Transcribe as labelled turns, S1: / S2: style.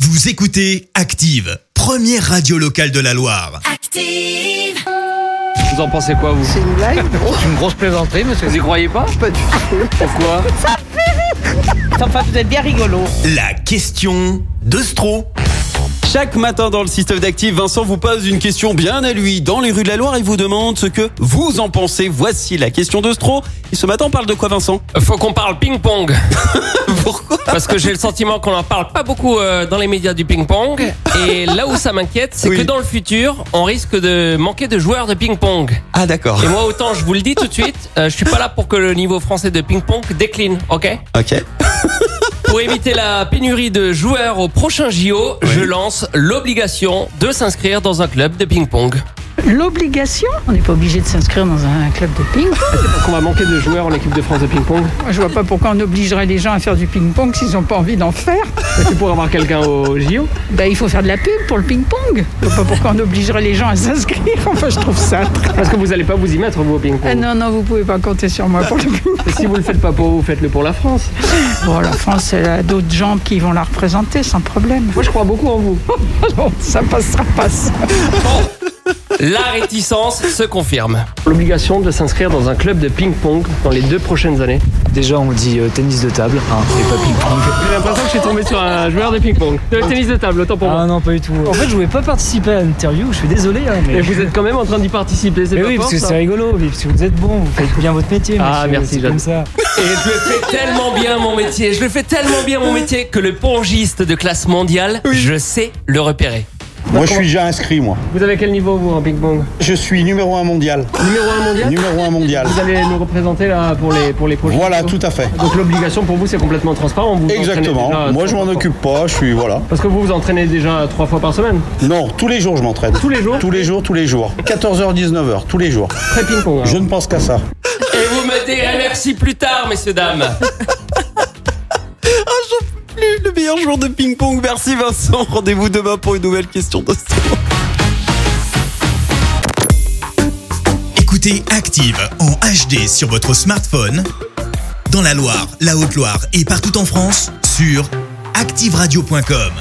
S1: Vous écoutez Active, première radio locale de la Loire.
S2: Active.
S3: Vous en pensez quoi, vous
S4: C'est une blague
S3: une grosse plaisanterie, monsieur. Vous y croyez pas
S4: Pas du tout.
S3: Pourquoi
S4: Enfin, vous êtes bien rigolo.
S1: La question de Stro.
S5: Chaque matin dans le système d'actifs, Vincent vous pose une question bien à lui dans les rues de la Loire et vous demande ce que vous en pensez. Voici la question de Stro. Et ce matin, on parle de quoi, Vincent
S3: Euh, Faut qu'on parle ping-pong.
S5: Pourquoi
S3: Parce que j'ai le sentiment qu'on en parle pas beaucoup euh, dans les médias du ping-pong. Et là où ça m'inquiète, c'est
S5: Oui.
S3: que dans le futur, on risque de manquer de joueurs de ping-pong.
S5: Ah, d'accord.
S3: Et moi, autant je vous le dis tout de suite, euh, je suis pas là pour que le niveau français de ping-pong décline, ok
S5: Ok.
S3: Pour éviter la pénurie de joueurs au prochain JO, je lance l'obligation de s'inscrire dans un club de ping-pong.
S4: L'obligation On n'est pas obligé de s'inscrire dans un club de ping.
S3: Parce qu'on va manquer de joueurs en équipe de France de ping-pong
S4: Je vois pas pourquoi on obligerait les gens à faire du ping-pong s'ils n'ont pas envie d'en faire.
S3: C'est pour avoir quelqu'un au JO
S4: Ben, il faut faire de la pub pour le ping-pong. Je vois pas pourquoi on obligerait les gens à s'inscrire. Enfin, je trouve ça très...
S3: Parce que vous n'allez pas vous y mettre, vous, au ping-pong.
S4: Ah non, non, vous pouvez pas compter sur moi pour le ping
S3: Et si vous le faites pas pour vous, faites-le pour la France.
S4: Bon, la France, elle a d'autres gens qui vont la représenter sans problème.
S3: Moi, je crois beaucoup en vous.
S4: Non, ça passera pas, ça.
S3: La réticence se confirme.
S6: L'obligation de s'inscrire dans un club de ping-pong dans les deux prochaines années.
S7: Déjà, on dit euh, tennis de table, hein, et pas ping-pong.
S6: J'ai l'impression que je suis tombé sur un joueur de ping-pong. De tennis de table, autant pour moi.
S7: Ah non, pas du tout. En fait, je voulais pas participer à l'interview, je suis désolé, hein, mais.
S6: Et vous êtes quand même en train d'y participer, c'est
S7: Mais
S6: pas
S7: oui,
S6: fort,
S7: parce que
S6: ça
S7: c'est rigolo, oui, parce que vous êtes bon, vous faites bien votre métier.
S6: Ah,
S7: monsieur,
S6: merci,
S7: c'est
S6: Jeanne.
S7: comme ça.
S3: Et je le fais tellement bien, mon métier. Je le fais tellement bien, mon métier, que le pongiste de classe mondiale, je sais le repérer.
S8: Moi, je suis déjà inscrit, moi.
S6: Vous avez quel niveau, vous, en ping-pong
S8: Je suis numéro un mondial.
S6: Numéro 1 mondial
S8: Numéro un mondial.
S6: Vous allez nous représenter là pour les, pour les prochains.
S8: Voilà,
S6: JO.
S8: tout à fait.
S6: Donc l'obligation pour vous, c'est complètement transparent. Vous vous entraînez déjà
S8: Exactement. Moi, je
S6: trois
S8: m'en
S6: fois.
S8: occupe pas. Je suis voilà.
S6: Parce que vous vous entraînez déjà trois fois par semaine.
S8: Non, tous les jours, je m'entraîne.
S6: Tous les jours
S8: Tous les jours, tous les jours. 14h, 19h, tous les jours.
S6: Très ping-pong. hein. alors.
S8: Je ne pense qu'à ça.
S3: Et vous me direz merci plus tard, messieurs, dames.
S5: Ah, j'en peux plus. Le meilleur jour de ping-pong. Merci, Vincent. Rendez-vous demain pour une nouvelle question de Stro.
S1: Écoutez Active en HD sur votre smartphone, dans la Loire, la Haute-Loire et partout en France, sur activeradio.com.